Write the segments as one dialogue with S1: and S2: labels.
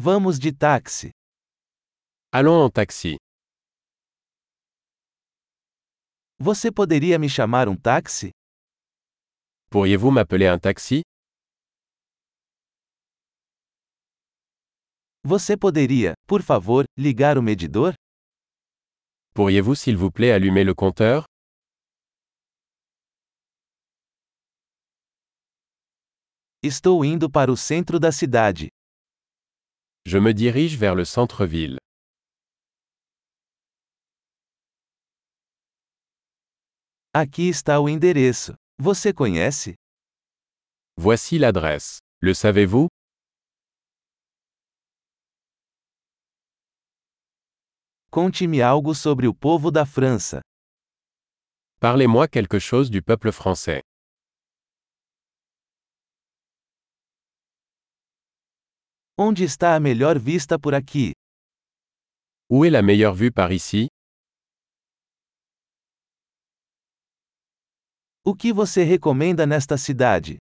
S1: Vamos de táxi.
S2: Allons en taxi.
S1: Você poderia me chamar um táxi?
S2: Pourriez-vous m'appeler un taxi
S1: Você poderia, por favor, ligar o medidor?
S2: Pourriez-vous s'il vous plaît allumer le compteur
S1: Estou indo para o centro da cidade.
S2: Je me dirige vers le centre-ville.
S1: Aqui está o endereço. Você conhece?
S2: Voici l'adresse. Le savez-vous
S1: Conte-me algo sobre o povo da França.
S2: Parlez-moi quelque chose du peuple français.
S1: Onde está a melhor vista por aqui?
S2: Où est la meilleure vue par ici
S1: O que você recomenda nesta cidade?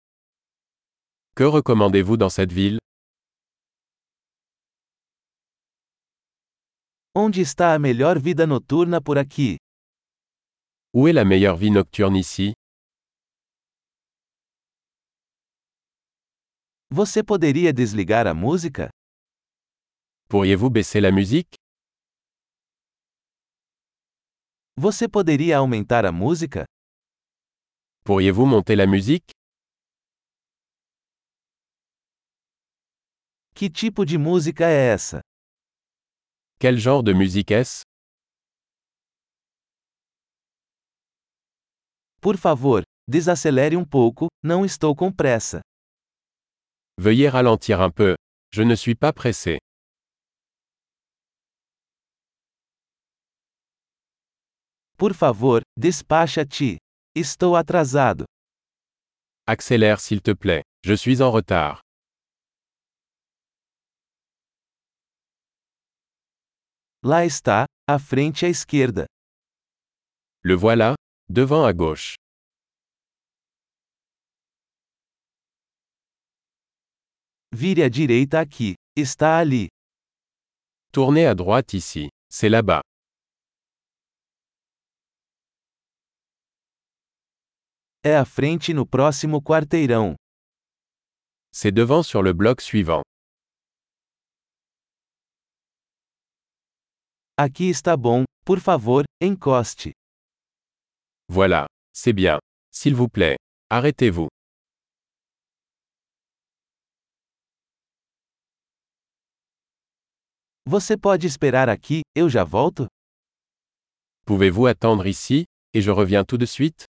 S2: Que recommandez-vous dans cette ville
S1: Onde está a melhor vida noturna por aqui?
S2: Où est la meilleure vie nocturne ici
S1: Você poderia desligar a música?
S2: Pourriez-vous baisser la musique
S1: Você poderia aumentar a música?
S2: Pourriez-vous monter la musique
S1: Que tipo de música é essa?
S2: Quel genre de musique est-ce
S1: Por favor, desacelere um pouco, não estou com pressa.
S2: Veuillez ralentir un peu. Je ne suis pas pressé.
S1: Por favor, despacha-te. Estou atrasado.
S2: Accélère s'il te plaît. Je suis en retard.
S1: Lá está, à frente à esquerda.
S2: Le voilà, devant à gauche.
S1: Vire à direita aqui. Está ali.
S2: Tournez à droite ici. C'est là-bas.
S1: É à frente no próximo quarteirão.
S2: C'est devant sur le bloc suivant.
S1: Aqui está bom, por favor, encoste.
S2: Voilà. C'est bien. S'il vous plaît. Arrêtez-vous.
S1: Você pode esperar aqui, eu já volto?
S2: Pouvez-vous attendre ici, et je reviens tout de suite